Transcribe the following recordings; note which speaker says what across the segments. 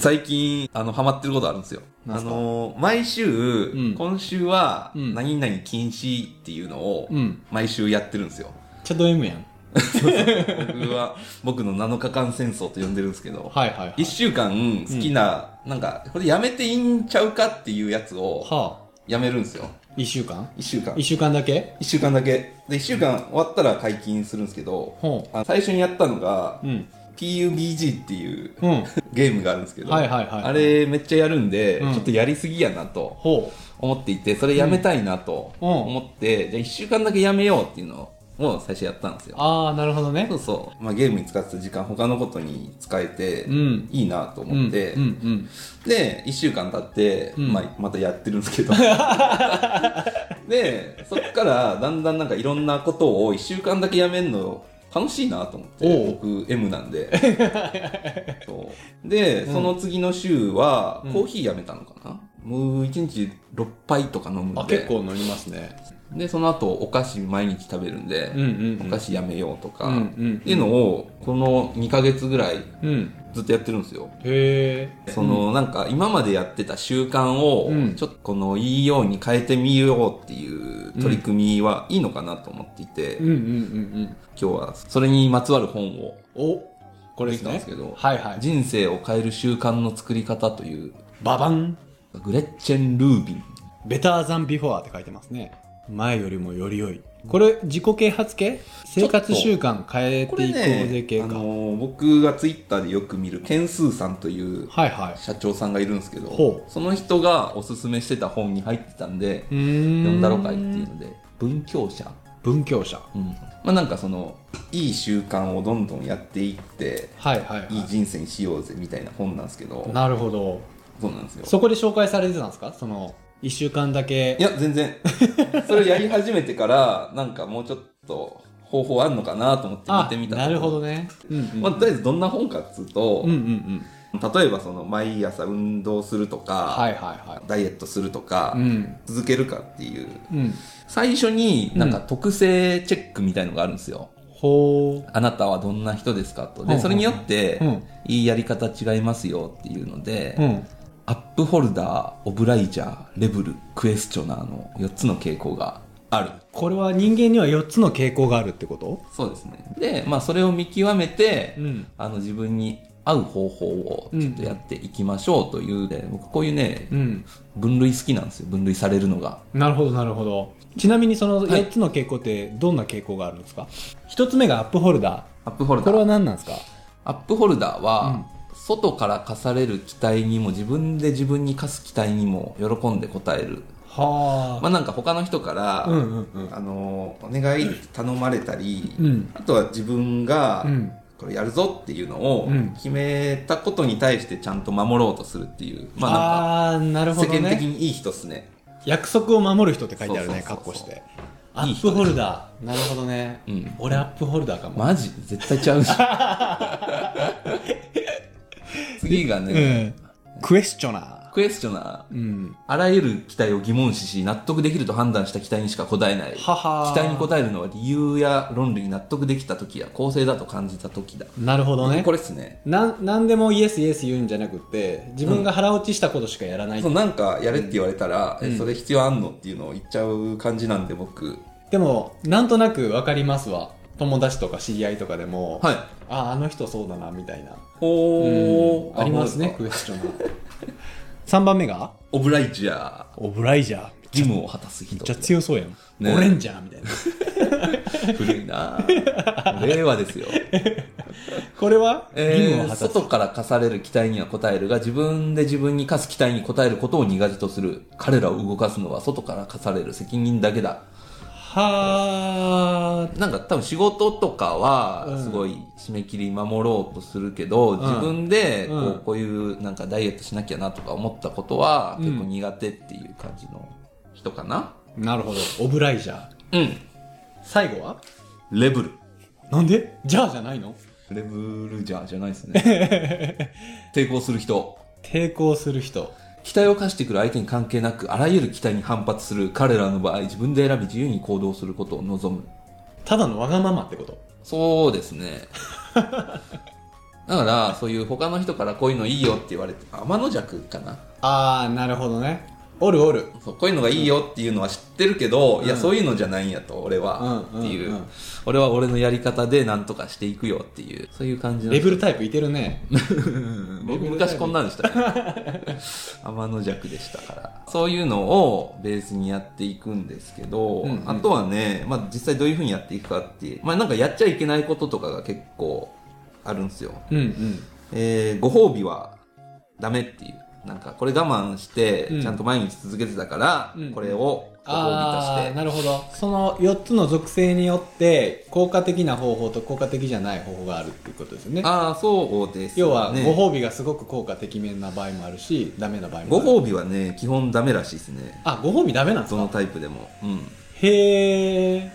Speaker 1: 最近、あの、ハマってることあるんですよ。
Speaker 2: なん
Speaker 1: あ
Speaker 2: すか
Speaker 1: の、毎週、
Speaker 2: ん
Speaker 1: 今週は、
Speaker 2: うん
Speaker 1: 何々禁止っていうのを、
Speaker 2: うん。
Speaker 1: 毎週やってるんですよ。
Speaker 2: チャド M やん。
Speaker 1: 僕は、 僕の7日間戦争と呼んでるんですけど、
Speaker 2: はいはいはい。
Speaker 1: 1週間好きな、なんか、これやめていいんちゃうかっていうやつを、
Speaker 2: は
Speaker 1: やめるんですよ。
Speaker 2: あ、一週間
Speaker 1: 1週間。
Speaker 2: 一週間だけ
Speaker 1: 1週間だけ。で、1週間終わったら解禁するんですけど、
Speaker 2: ほ
Speaker 1: あの最初にやったのが
Speaker 2: う。、うん。
Speaker 1: PUBG っていう
Speaker 2: うん。
Speaker 1: ゲームがあるんですけど、
Speaker 2: はいはいはい
Speaker 1: あれめっちゃやるんで、
Speaker 2: うん
Speaker 1: ちょっとやりすぎやなと。
Speaker 2: ほ
Speaker 1: 思っていて、それやめたいなと
Speaker 2: うん
Speaker 1: 思って、じゃあ1週間だけやめようっていうのを最初やったんです
Speaker 2: う。
Speaker 1: よ。
Speaker 2: ああ、なるほどね
Speaker 1: そ。うそう。まあゲームに使ってた時間、他のことに使えて
Speaker 2: う、ん。
Speaker 1: いいなと思って、
Speaker 2: うんうん。
Speaker 1: で、1週間経って、
Speaker 2: うん
Speaker 1: まあまたやってるんですけ ど。で、そっからだんだんなんかいろんなことを1週間だけやめるの楽しいなと思っ
Speaker 2: お
Speaker 1: て、
Speaker 2: う
Speaker 1: 僕 M なんで。 そうで、
Speaker 2: うん
Speaker 1: その次の週は
Speaker 2: うん
Speaker 1: コーヒーやめたのかな、もう1日6杯とか飲むんで。
Speaker 2: あ、結構飲みますね。
Speaker 1: でその後お菓子毎日食べるんで
Speaker 2: う、んうん。
Speaker 1: お菓子やめようとか、
Speaker 2: うんうん。
Speaker 1: っていうのをこの2ヶ月ぐらい
Speaker 2: うん。
Speaker 1: ずっとやってるんですよ
Speaker 2: へえ。
Speaker 1: その、なんか今までやってた習慣を
Speaker 2: うん
Speaker 1: ちょっとこのいいように変えてみようっていう取り組みはいいのかなと思っていて、
Speaker 2: うん。うんうんうん
Speaker 1: 今日はそれにまつわる本を
Speaker 2: うん。お、これ
Speaker 1: でき
Speaker 2: です
Speaker 1: たんで
Speaker 2: ね
Speaker 1: す。けど、
Speaker 2: はいはい。
Speaker 1: 人生を変える習慣の作り方という
Speaker 2: ババン。
Speaker 1: グレッチェン・ルービン
Speaker 2: ベターザンビフォーって書いてますね。前よりもより良い。これ、自己啓発系生活習慣変え
Speaker 1: こ
Speaker 2: て
Speaker 1: れ
Speaker 2: いこうぜ
Speaker 1: ね
Speaker 2: 系
Speaker 1: あ
Speaker 2: か。
Speaker 1: の僕がツイッターでよく見るケンスーさんという
Speaker 2: はいはい。
Speaker 1: 社長さんがいるんですけど
Speaker 2: ほ
Speaker 1: その人がおすすめしてた本に入ってたんで
Speaker 2: うー
Speaker 1: 読
Speaker 2: ん。
Speaker 1: んだろかいっていうので文教者、
Speaker 2: 文教者。
Speaker 1: うんまあなんかそのいい習慣をどんどんやっていって
Speaker 2: はいはいはい。
Speaker 1: いい人生にしようぜみたいな本なんですけど
Speaker 2: なるほど。
Speaker 1: そうなんですよ
Speaker 2: そこで紹介されてたんですかその、一週間だけ。
Speaker 1: いや全然 それをやり始めてからなんかもうちょっと方法あんのかなと思って見てみた
Speaker 2: あなるほど
Speaker 1: ね、
Speaker 2: ね。うんうん。
Speaker 1: まあ、とりあえずどんな本かっつうと、
Speaker 2: うんうんうん。
Speaker 1: 例えばその毎朝運動するとか、
Speaker 2: はいはいは
Speaker 1: ダイエットするとか、
Speaker 2: い。うん。
Speaker 1: 続けるかっていう
Speaker 2: うん。
Speaker 1: 最初になんか特性チェックみたいのがあるんですよ、
Speaker 2: ほう。
Speaker 1: あなたはどんな人ですかと
Speaker 2: うんう
Speaker 1: で
Speaker 2: んうん
Speaker 1: それによって、
Speaker 2: うん
Speaker 1: いいやり方違いますよっていうので、
Speaker 2: うん。
Speaker 1: アップホルダーオブライジャーレブルクエスチョナーの4つの傾向がある
Speaker 2: これは人間には4つの傾向があるってこと
Speaker 1: そうですねで、まあ、それを見極めて、
Speaker 2: ん。
Speaker 1: あの自分に合う方法をちょっとやっていきましょうというで、僕こういうね
Speaker 2: うん。
Speaker 1: 分類好きなんですよ分類されるのが
Speaker 2: なるほどなるほど。ちなみにその
Speaker 1: はい
Speaker 2: 4つの傾向ってどんな傾向があるんですか、一 ?1 つ目がアップホルダ
Speaker 1: アップホル
Speaker 2: ー。
Speaker 1: ダ
Speaker 2: こ
Speaker 1: ー
Speaker 2: れは何なんですか
Speaker 1: アップホルダーは、外から課される期待にも自分で自分に課す期待にも喜んで応える
Speaker 2: は
Speaker 1: まあなんか他の人から、
Speaker 2: うんうんうん。
Speaker 1: あのお願いって頼まれたり、
Speaker 2: うん。
Speaker 1: あとは自分が、
Speaker 2: うん。
Speaker 1: これやるぞっていうのを
Speaker 2: うん
Speaker 1: 決めたことに対してちゃんと守ろうとするっていうまあ
Speaker 2: ああー、な
Speaker 1: な
Speaker 2: る
Speaker 1: ん
Speaker 2: ほ
Speaker 1: か
Speaker 2: ど
Speaker 1: 世間的
Speaker 2: ね。
Speaker 1: にいい人っすね
Speaker 2: 約束を守る人って書いてあるね、
Speaker 1: そう
Speaker 2: カ
Speaker 1: そ
Speaker 2: ッ
Speaker 1: うそう
Speaker 2: コ
Speaker 1: そう
Speaker 2: して。ア
Speaker 1: いい
Speaker 2: ッ
Speaker 1: 人
Speaker 2: プホルダー。なるほどね。
Speaker 1: うん
Speaker 2: 俺アップホルダーかも。
Speaker 1: マジ絶対ちゃうし 次が
Speaker 2: う
Speaker 1: ね、
Speaker 2: ん。クエスチョナ
Speaker 1: クエスチョナー
Speaker 2: ー。うん。
Speaker 1: あらゆる期待を疑問視し納得できると判断した期待にしか答えない
Speaker 2: はは。
Speaker 1: 期待に応えるのは理由や論理に納得できた時や構成だと感じた時だ、
Speaker 2: なるほどね
Speaker 1: こ。れっすね
Speaker 2: なん、なんでもイエスイエス言うんじゃなくって、自分が腹落ちしたことしかやらない。
Speaker 1: そうなんかやれって言われたら、
Speaker 2: うん
Speaker 1: えそれ必要あんのっていうのを言っちゃう感じなんで僕
Speaker 2: でも、なんとなくわかりますわ。友達とか知り合いとかでも、
Speaker 1: はい
Speaker 2: ああ、あの人そうだな、みたいな。
Speaker 1: ほ
Speaker 2: うんありますね、クエスチョナー。3番目が
Speaker 1: オブライジャー
Speaker 2: オブライジャー。
Speaker 1: 義務を果たす人
Speaker 2: じゃ強そうやん。
Speaker 1: ね
Speaker 2: オレンジャーみたいな。
Speaker 1: 古い な令和ですよ、
Speaker 2: これは義務
Speaker 1: えー
Speaker 2: を果たす。
Speaker 1: 外から課される期待には応えるが自分で自分に課す期待に応えることを苦手とする彼らを動かすのは外から課される責任だけだ
Speaker 2: は
Speaker 1: なんか多分仕事とかは
Speaker 2: うん
Speaker 1: すごい締め切り守ろうとするけど、
Speaker 2: ん
Speaker 1: 自分でこう,、
Speaker 2: うん
Speaker 1: こういうなんかダイエットしなきゃなとか思ったことは
Speaker 2: うん
Speaker 1: 結構苦手っていう感じの人かな
Speaker 2: ー。なるほど。オブライジャ
Speaker 1: う
Speaker 2: ー。
Speaker 1: ん、
Speaker 2: 最後は
Speaker 1: レブル
Speaker 2: なんでじゃあじゃないの
Speaker 1: レブルじゃじゃないですね 抵抗する人
Speaker 2: 抵抗する人。
Speaker 1: 期待を課してくる相手に関係なくあらゆる期待に反発する彼らの場合自分で選び自由に行動することを望む
Speaker 2: ただのわがままってこと。
Speaker 1: そうですねだから、そういう他の人からこういうのいいよって言われて、天の弱かな。
Speaker 2: ああなるほどねおるおる
Speaker 1: そうこういうのがいいよっていうのは知ってるけど、いやそういうのじゃないんやと俺は、
Speaker 2: うん
Speaker 1: っていう、
Speaker 2: うんうん
Speaker 1: 俺は俺のやり方でなんとかしていくよっていうそういう感じの
Speaker 2: レベルタイプいてるね
Speaker 1: 僕昔こんなんでしたね 天の弱でしたからそういうのをベースにやっていくんですけど、
Speaker 2: うんうん
Speaker 1: あとはね、まあ、実際どういうふうにやっていくかっていう、まあ、なんかやっちゃいけないこととかが結構あるんですよ
Speaker 2: うんうん
Speaker 1: えーご褒美はダメっていう。なんか、これ我慢して
Speaker 2: う、ん
Speaker 1: ちゃんと毎日続けてたから、
Speaker 2: うん
Speaker 1: これをご褒
Speaker 2: あ
Speaker 1: 美
Speaker 2: あ
Speaker 1: として。
Speaker 2: なるほどその4つの属性によって効果的な方法と効果的じゃない方法があるっていうことですよね
Speaker 1: ああ、そうです、ね。
Speaker 2: 要はご褒美がすごく効果的面な場合もあるしダメな場合も
Speaker 1: ご
Speaker 2: ある
Speaker 1: 褒美はね、基本ダメらしいですね。
Speaker 2: あご褒美ダメなんです
Speaker 1: どの
Speaker 2: か
Speaker 1: タイプでも。うん。
Speaker 2: へえ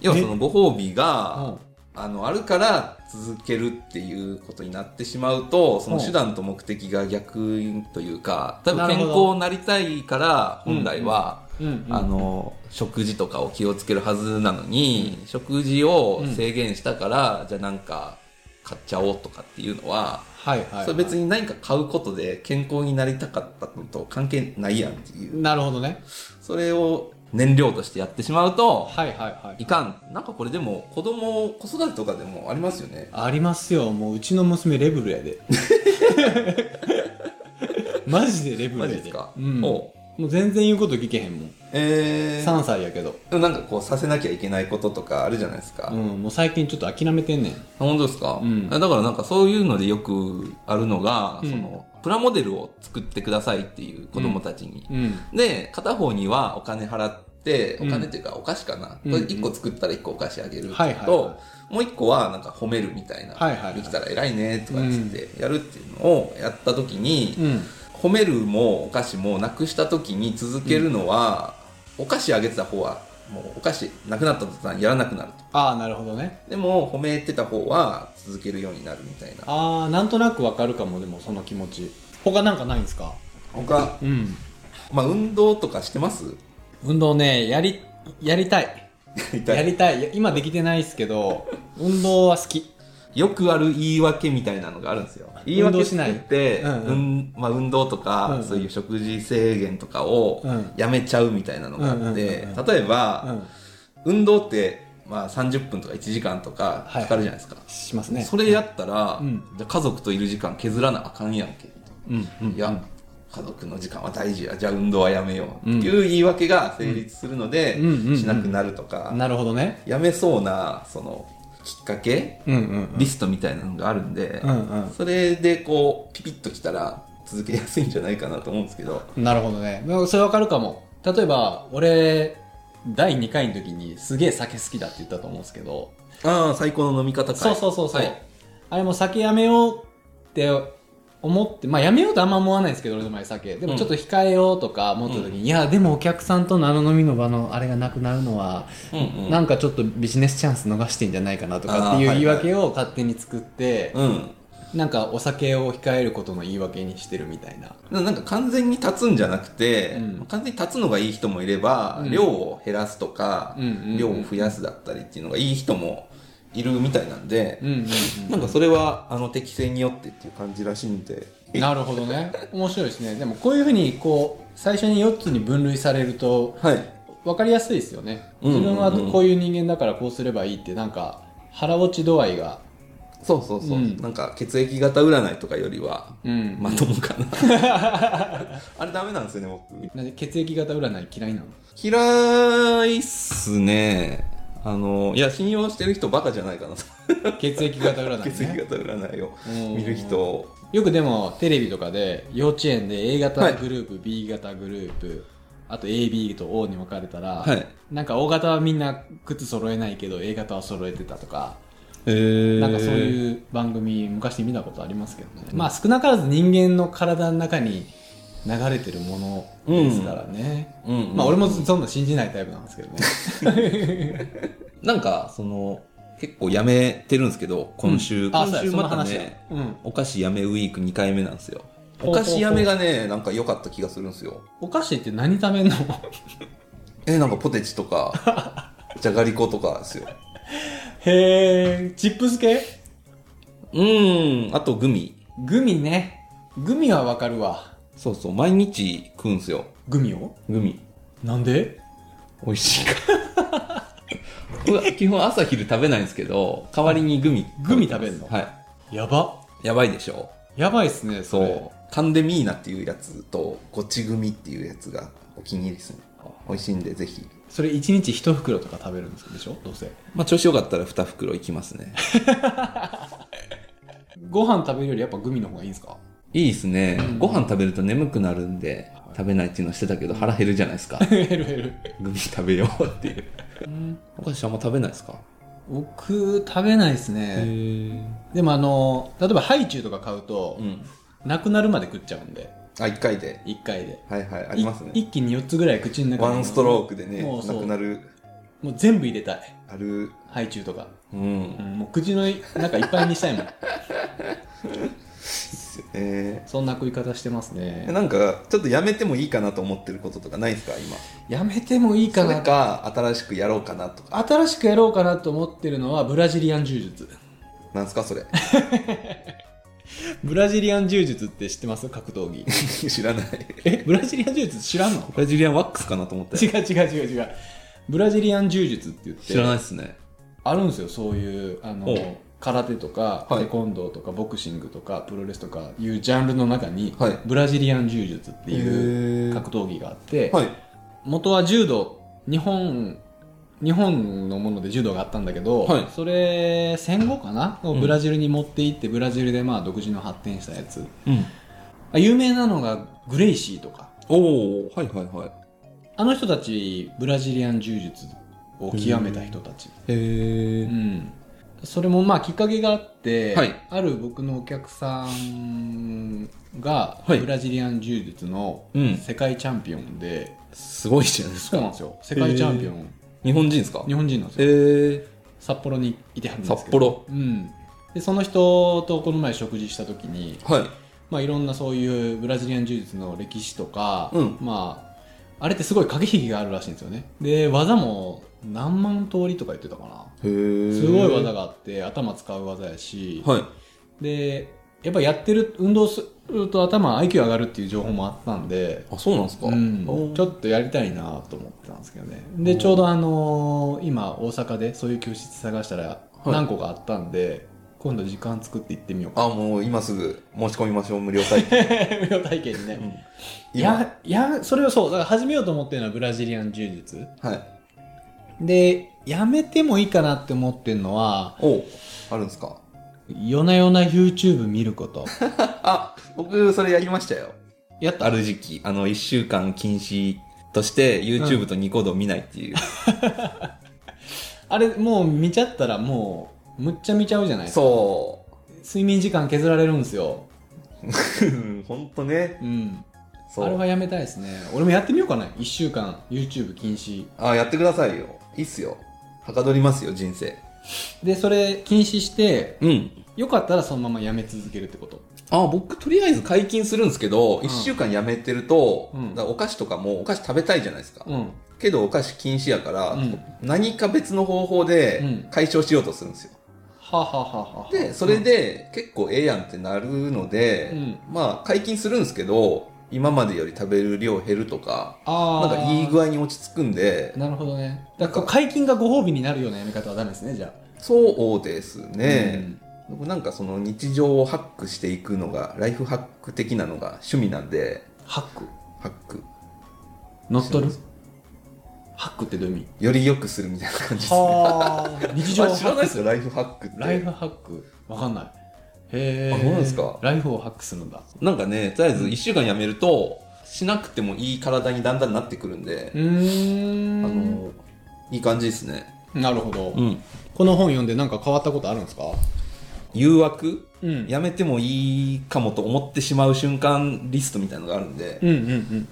Speaker 1: 要はそのご褒美
Speaker 2: うん
Speaker 1: が、あの、あるから続けるっていうことになってしまうと、その手段と目的が逆というか、多分
Speaker 2: なる
Speaker 1: 健
Speaker 2: ほど
Speaker 1: 康になりたいから、
Speaker 2: うん
Speaker 1: 本来は、
Speaker 2: うんうん
Speaker 1: あの食事とかを気をつけるはずなのに、食事を制限したから、じゃあなんか買っちゃおうとかっていうのは、
Speaker 2: はいはい、はい、
Speaker 1: それ別に何か買うことで健康になりたかったのと関係ないやんっていう
Speaker 2: なるほどね
Speaker 1: それを燃料としてやってしまうと
Speaker 2: はいはいはい
Speaker 1: いかんなんかこれでも子供子育てとかでもありますよね
Speaker 2: ありますよもううちの娘レブルや でマジでレブル
Speaker 1: マ
Speaker 2: や
Speaker 1: ジ
Speaker 2: で
Speaker 1: ですか、
Speaker 2: うん、も
Speaker 1: お
Speaker 2: う全然言うこと聞けへんもん
Speaker 1: えー
Speaker 2: 3歳やけど、
Speaker 1: でもなんかこうさせなきゃいけないこととかあるじゃないですか、
Speaker 2: うん、もう最近ちょっと諦めてんねん
Speaker 1: 本当ですか、
Speaker 2: うん
Speaker 1: だからなんかそういうのでよくあるのが、
Speaker 2: うん
Speaker 1: そのプラモデルを作ってくださいっていう子供たちに、
Speaker 2: うん
Speaker 1: で片方にはお金払ってお
Speaker 2: うん
Speaker 1: 金というかお菓子かな、
Speaker 2: うん
Speaker 1: これ1個作ったら1個お菓子あげると、
Speaker 2: はいはいは
Speaker 1: もう1個はなんか褒めるみたいな、
Speaker 2: はいはいはい
Speaker 1: できたら偉いねとかっつってやるっていうのをやった時に、
Speaker 2: うん
Speaker 1: 褒めるもお菓子もなくした時に続けるのは、お菓子あげてた方はもうお菓子なくなった途端やらなくなると。
Speaker 2: ああなるほどね
Speaker 1: でも褒めてた方は続けるようになるみたいな
Speaker 2: ああなんとなくわかるかもでもその気持ち他なんかないんですか
Speaker 1: 他、
Speaker 2: うん
Speaker 1: まあ、運動とかしてます
Speaker 2: 運動ねやりやりたい
Speaker 1: 痛い
Speaker 2: やりたいいや今できてないですけど運動は好き
Speaker 1: よくある言い訳みたいなのがあるんですよ言い
Speaker 2: 運
Speaker 1: 訳
Speaker 2: 動
Speaker 1: し
Speaker 2: し
Speaker 1: な
Speaker 2: ないい
Speaker 1: って
Speaker 2: うんう
Speaker 1: うんんまあ運動とか、
Speaker 2: うんうん
Speaker 1: そういう食事制限とかを
Speaker 2: うん
Speaker 1: やめちゃうみたいなのがあって、
Speaker 2: うんうんうんうん
Speaker 1: 例え
Speaker 2: う
Speaker 1: ば、
Speaker 2: ん
Speaker 1: 運動って、まあ、30分とか1時間とかかかるじゃないですか、
Speaker 2: しますね
Speaker 1: それやったら、
Speaker 2: うん
Speaker 1: じゃあ家族といる時間削らなあかんやんけ、
Speaker 2: うんうん
Speaker 1: いや、家族の時間は大事や、じゃあ運動はやめようっていう言い訳が成立するので
Speaker 2: うんうんうんう、ん
Speaker 1: しなくなるとか、
Speaker 2: なるほどね
Speaker 1: やめそうな、その、きっかけ、
Speaker 2: うんうん
Speaker 1: リストみたいなのがあるんで
Speaker 2: うんうん、
Speaker 1: それでこう、ピピッときたら続けやすいんじゃないかなと思うんですけど、
Speaker 2: なるほどね。それわかるかも。例えば、俺、第2回の時にすげえ酒好きだって言ったと思うんですけど、
Speaker 1: ああ、最高の飲み方かい。
Speaker 2: そうそうそうそう、
Speaker 1: はい
Speaker 2: あれも酒やめようって思って、まあやめようとあんま思わないんですけど、俺の前酒。でもちょっと控えようとか思った時に、いや、でもお客さんとのあの飲みの場のあれがなくなるのは、
Speaker 1: うんうん
Speaker 2: なんかちょっとビジネスチャンス逃してんじゃないかなとかっていう
Speaker 1: あー
Speaker 2: 言い訳を勝手に作って、
Speaker 1: うん。
Speaker 2: なんかお酒を控えることの言い訳にしてるみたいな。
Speaker 1: なんか完全に立つんじゃなくて、
Speaker 2: うん
Speaker 1: 完全に立つのがいい人もいれば、
Speaker 2: うん
Speaker 1: 量を減らすとか、
Speaker 2: うんうんうん
Speaker 1: 量を増やすだったりっていうのがいい人もいるみたいなんで、
Speaker 2: うんうん
Speaker 1: なんかそれはあの適性によってっていう感じらしいんで。
Speaker 2: なるほどね面白いですねでもこういうふうにこう最初に4つに分類されると
Speaker 1: はい。
Speaker 2: 分かりやすいですよね
Speaker 1: うんうんう
Speaker 2: 自
Speaker 1: ん
Speaker 2: 分はこういう人間だからこうすればいいってなんか腹落ち度合いが
Speaker 1: そうそうそう。
Speaker 2: うん
Speaker 1: なんか血液型占いとかよりは、
Speaker 2: うん
Speaker 1: まともか な。あれダメなんですよね、僕。
Speaker 2: なんで血液型占い嫌いなの
Speaker 1: 嫌いっすね。あの、いや、信用してる人バカじゃないかなと。
Speaker 2: 血液型占い、ね、
Speaker 1: 血液型占いを見る人。
Speaker 2: よくでもテレビとかで幼稚園で A 型グループ、B 型グループあと AB と O に分かれたら、
Speaker 1: はい
Speaker 2: なんか O 型はみんな靴揃えないけど A 型は揃えてたとか
Speaker 1: えー
Speaker 2: なんかそういう番組昔に見たことありますけどね、まあ少なからず人間の体の中に流れてるものですからね、
Speaker 1: うんうん
Speaker 2: まあ俺もそんな信じないタイプなんですけどね
Speaker 1: なんか、その、結構やめてるんですけど、今週、
Speaker 2: あ
Speaker 1: 今
Speaker 2: そう
Speaker 1: 週
Speaker 2: やその
Speaker 1: また
Speaker 2: 話だ
Speaker 1: ね、
Speaker 2: うん
Speaker 1: お菓子やめウィーク2回目なんですよ。
Speaker 2: ほ
Speaker 1: お
Speaker 2: うほうほう
Speaker 1: 菓子やめがね、なんか良かった気がするんですよ。
Speaker 2: お菓子って何食べんの
Speaker 1: え、なんかポテチとか、じゃがりことかですよ。
Speaker 2: へえチップス系
Speaker 1: うん、あとグミ。
Speaker 2: グミね。グミはわかるわ。
Speaker 1: そうそう、毎日食うんすよ。
Speaker 2: グミを
Speaker 1: グミ。
Speaker 2: なんで
Speaker 1: 美味しい から。うわ基本朝昼食べないんですけど、代わりにグミ。
Speaker 2: グミ食べんの
Speaker 1: はい。
Speaker 2: やば。
Speaker 1: やばいでしょ
Speaker 2: やばいっすね、そ
Speaker 1: そ
Speaker 2: れ。
Speaker 1: う。カンデミーナっていうやつと、ゴチグミっていうやつがお気に入りですね。美味しいんで、ぜひ。
Speaker 2: それ一日一袋とか食べるんですでしょどうせ。
Speaker 1: まあ、調子よかったら2袋いきますね。
Speaker 2: ご飯食べるよりやっぱグミの方がいいんすか
Speaker 1: いいですね
Speaker 2: う。ん。
Speaker 1: ご飯食べると眠くなるんで、食べないっていうのしてたけど腹減るじゃないですか
Speaker 2: 減る減る。
Speaker 1: グミ食べようっていう。お菓子あんま食べないですか
Speaker 2: 僕、食べないです
Speaker 1: へ
Speaker 2: ね。
Speaker 1: え。
Speaker 2: でもあの、例えばハイチュウとか買うと、
Speaker 1: うん。
Speaker 2: なくなるまで食っちゃうんで、
Speaker 1: あ、1回で。
Speaker 2: 1回で。
Speaker 1: はいはい、ありますね
Speaker 2: い。一気に4つぐらい口の中
Speaker 1: ワンストロー
Speaker 2: ク。
Speaker 1: クでね、
Speaker 2: も
Speaker 1: な
Speaker 2: うそう
Speaker 1: くなる、
Speaker 2: もう全部入れたい。
Speaker 1: ある。
Speaker 2: ハイチュウとか。
Speaker 1: うん
Speaker 2: う。ん、もう口の中いっぱいにしたい もん。
Speaker 1: え
Speaker 2: そんな食い方してます
Speaker 1: ー、
Speaker 2: ね。
Speaker 1: なんか、ちょっとやめてもいいかなと思ってることとかないですか、今。
Speaker 2: やめてもいいか
Speaker 1: そ
Speaker 2: な
Speaker 1: れか、新しくやろうかなとか。
Speaker 2: 新しくやろうかなと思ってるのはブラジリアン柔術。
Speaker 1: なんすか、それ。
Speaker 2: ブラジリアン柔術って知ってます格闘技。
Speaker 1: 知らない。
Speaker 2: え、ブラジリアン柔術知らんの
Speaker 1: ブラジリアンワックスかなと思って
Speaker 2: 違。う違う違う違う。ブラジリアン柔術って言って、
Speaker 1: 知らないですね。
Speaker 2: あるんですよ、そういう、あの
Speaker 1: お、
Speaker 2: 空手とか、
Speaker 1: はい
Speaker 2: テコンドーとか、ボクシングとか、プロレスとかいうジャンルの中に、
Speaker 1: はい
Speaker 2: ブラジリアン柔術ってい
Speaker 1: へー
Speaker 2: う格闘技があって、
Speaker 1: はい。
Speaker 2: 元は柔道日本日本のもので柔道があったんだけど、
Speaker 1: はい
Speaker 2: それ戦後かな、
Speaker 1: ん
Speaker 2: ブラジルに持って行ってブラジルでまあ独自の発展したやつ
Speaker 1: うん。
Speaker 2: あ有名なのがグレイシーとか
Speaker 1: おー、はいはいはい。
Speaker 2: あの人たちブラジリアン柔術を極めた人たち、
Speaker 1: へ
Speaker 2: う
Speaker 1: え。
Speaker 2: ん、それもまあきっかけがあって、
Speaker 1: はい
Speaker 2: ある僕のお客さんが
Speaker 1: はい
Speaker 2: ブラジリアン柔術の
Speaker 1: うん
Speaker 2: 世界チャンピオンで、
Speaker 1: すごいじゃないです
Speaker 2: そう
Speaker 1: か。
Speaker 2: なんですよ世界チャンピオン、
Speaker 1: 日本人ですか
Speaker 2: 日本人なんですよ
Speaker 1: へえ。
Speaker 2: 札幌にいてはるんですけど
Speaker 1: 札幌
Speaker 2: うんでその人とこの前食事した時に、
Speaker 1: はい。
Speaker 2: まあ、いろんなそういうブラジリアン柔術の歴史とか、
Speaker 1: うん
Speaker 2: まああれってすごい駆け引きがあるらしいんですよねで技も何万通りとか言ってたかな
Speaker 1: へえ。
Speaker 2: すごい技があって頭使う技やし、
Speaker 1: はい。
Speaker 2: でやっぱやってる運動すると頭 IQ 上がるっていう情報もあったんで
Speaker 1: あ、そうなんですか
Speaker 2: うん
Speaker 1: おー
Speaker 2: ちょっとやりたいなと思ってたんですけどねでちょうどあのー今大阪でそういう教室探したら
Speaker 1: い
Speaker 2: 何個かあったんで、今度時間作って行ってみようか
Speaker 1: あ、もう今すぐ申し込みましょう、無料体 験。
Speaker 2: 無料体験にね、い
Speaker 1: 今
Speaker 2: やいやそれをそうだから始めようと思ってるのはブラジリアン柔術
Speaker 1: はい。
Speaker 2: でやめてもいいかなって思ってるのは
Speaker 1: おうあるんですか
Speaker 2: 夜な夜な YouTube 見ること
Speaker 1: あ、僕、それやりましたよ。
Speaker 2: やった
Speaker 1: ある時期、あの、1週間禁止として、YouTube とニコ動見ないっていう。
Speaker 2: あれもう見ちゃったらもうむっちゃ見ちゃうじゃないですか
Speaker 1: そ
Speaker 2: 睡眠時間削られるんですよ
Speaker 1: う。ほんとね。
Speaker 2: うん
Speaker 1: そ
Speaker 2: あれ
Speaker 1: う。
Speaker 2: はやめたいですね俺もやってみようかな1週間 YouTube 禁止
Speaker 1: あ、やってくださいよ。いいっすよ。はかどりますよ、人生。
Speaker 2: でそれ禁止して
Speaker 1: うん。
Speaker 2: よかったらそのままやめ続けるってこと
Speaker 1: あ、僕、とりあえず解禁するんですけど、
Speaker 2: ん
Speaker 1: 1週間やめてると、
Speaker 2: うん
Speaker 1: だからお菓子とかも、お菓子食べたいじゃないですか。
Speaker 2: うん
Speaker 1: けど、お菓子禁止やから、
Speaker 2: うん
Speaker 1: 何か別の方法
Speaker 2: う
Speaker 1: で
Speaker 2: ん
Speaker 1: 解消しようとするんですよ。
Speaker 2: はあはあはあはあ
Speaker 1: で、それで結構ええやんってなるので、
Speaker 2: うん
Speaker 1: まあ解禁するんですけど、今までより食べる量減るとか、
Speaker 2: あ
Speaker 1: な
Speaker 2: あ
Speaker 1: んかいい具合に落ち着くんで、
Speaker 2: なるほどねだからこう解禁がご褒美になるようなやめ方はダメですねじゃ
Speaker 1: そうです
Speaker 2: あ
Speaker 1: ね。僕なんかその日常をハックしていくのが、ライフハック的なのが趣味なんで、
Speaker 2: ハック
Speaker 1: ハック。
Speaker 2: 乗っ取るハックってどういう意味
Speaker 1: より良くするみたいな感じですね。
Speaker 2: はあ日常
Speaker 1: あ
Speaker 2: を
Speaker 1: 知ら
Speaker 2: ハ
Speaker 1: ないで
Speaker 2: ック
Speaker 1: す
Speaker 2: す
Speaker 1: か
Speaker 2: る
Speaker 1: ライフハックって。
Speaker 2: ライフハックわかんないへえ
Speaker 1: あそうなんですか
Speaker 2: ライフをハックするんだ
Speaker 1: なんかね、とりあえず1週間やめると、しなくてもいい体にだんだんなってくるんで
Speaker 2: う、ーん
Speaker 1: あの、いい感じですね。
Speaker 2: なるほど、
Speaker 1: うん。
Speaker 2: この本読んでなんか変わったことあるんですか
Speaker 1: 誘惑
Speaker 2: うん
Speaker 1: やめてもいいかもと思ってしまう瞬間リストみたいなのがあるんで、
Speaker 2: うんうん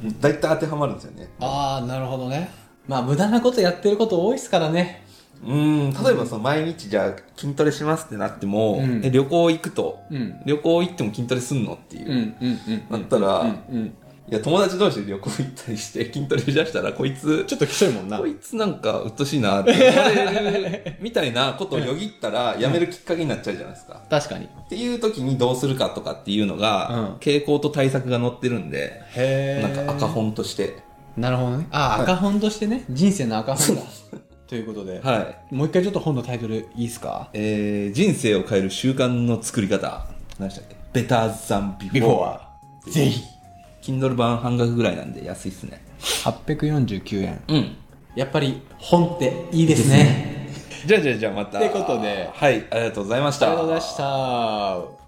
Speaker 2: うん
Speaker 1: 大体当てはまるんですよね。
Speaker 2: ああなるほどねまあ無駄なことやってること多いですからね
Speaker 1: うん、例えばその毎日じゃあ筋トレしますってなっても、
Speaker 2: うん
Speaker 1: え旅行行くと、
Speaker 2: うん
Speaker 1: 旅行行っても筋トレすんのっていう、
Speaker 2: うんうんうん
Speaker 1: なったら
Speaker 2: うんうん
Speaker 1: いや、友達同士で旅行行ったりして 筋トレしだしたら、こいつ、
Speaker 2: ちょっときしょいもんな
Speaker 1: こ。いつなんか鬱陶しいなって思われるみたいなことをよぎったら、やめるきっかけになっちゃうじゃないですか。
Speaker 2: 確かに。
Speaker 1: っていう時にどうするかとかっていうの
Speaker 2: うん
Speaker 1: が、傾向と対策が載ってるんで、
Speaker 2: へ
Speaker 1: なんか赤
Speaker 2: 本。
Speaker 1: 本として。
Speaker 2: なるほどね。ああ、赤本としてね。人生の赤本だ。ということで。
Speaker 1: はい。
Speaker 2: もう一回ちょっと本のタイトルいいですか
Speaker 1: えー、人生を変える習慣の作り方。何でしたっけベターザンビフォー。
Speaker 2: ー。ぜひ。
Speaker 1: Kindle 版半額ぐらいなんで安いっすね。
Speaker 2: 849円。
Speaker 1: うん。
Speaker 2: やっぱり本っていいですね。
Speaker 1: じゃあじゃあじゃあまた。
Speaker 2: ってことで
Speaker 1: はい、ありがとうございまし
Speaker 2: あ
Speaker 1: た。
Speaker 2: りがとうございました。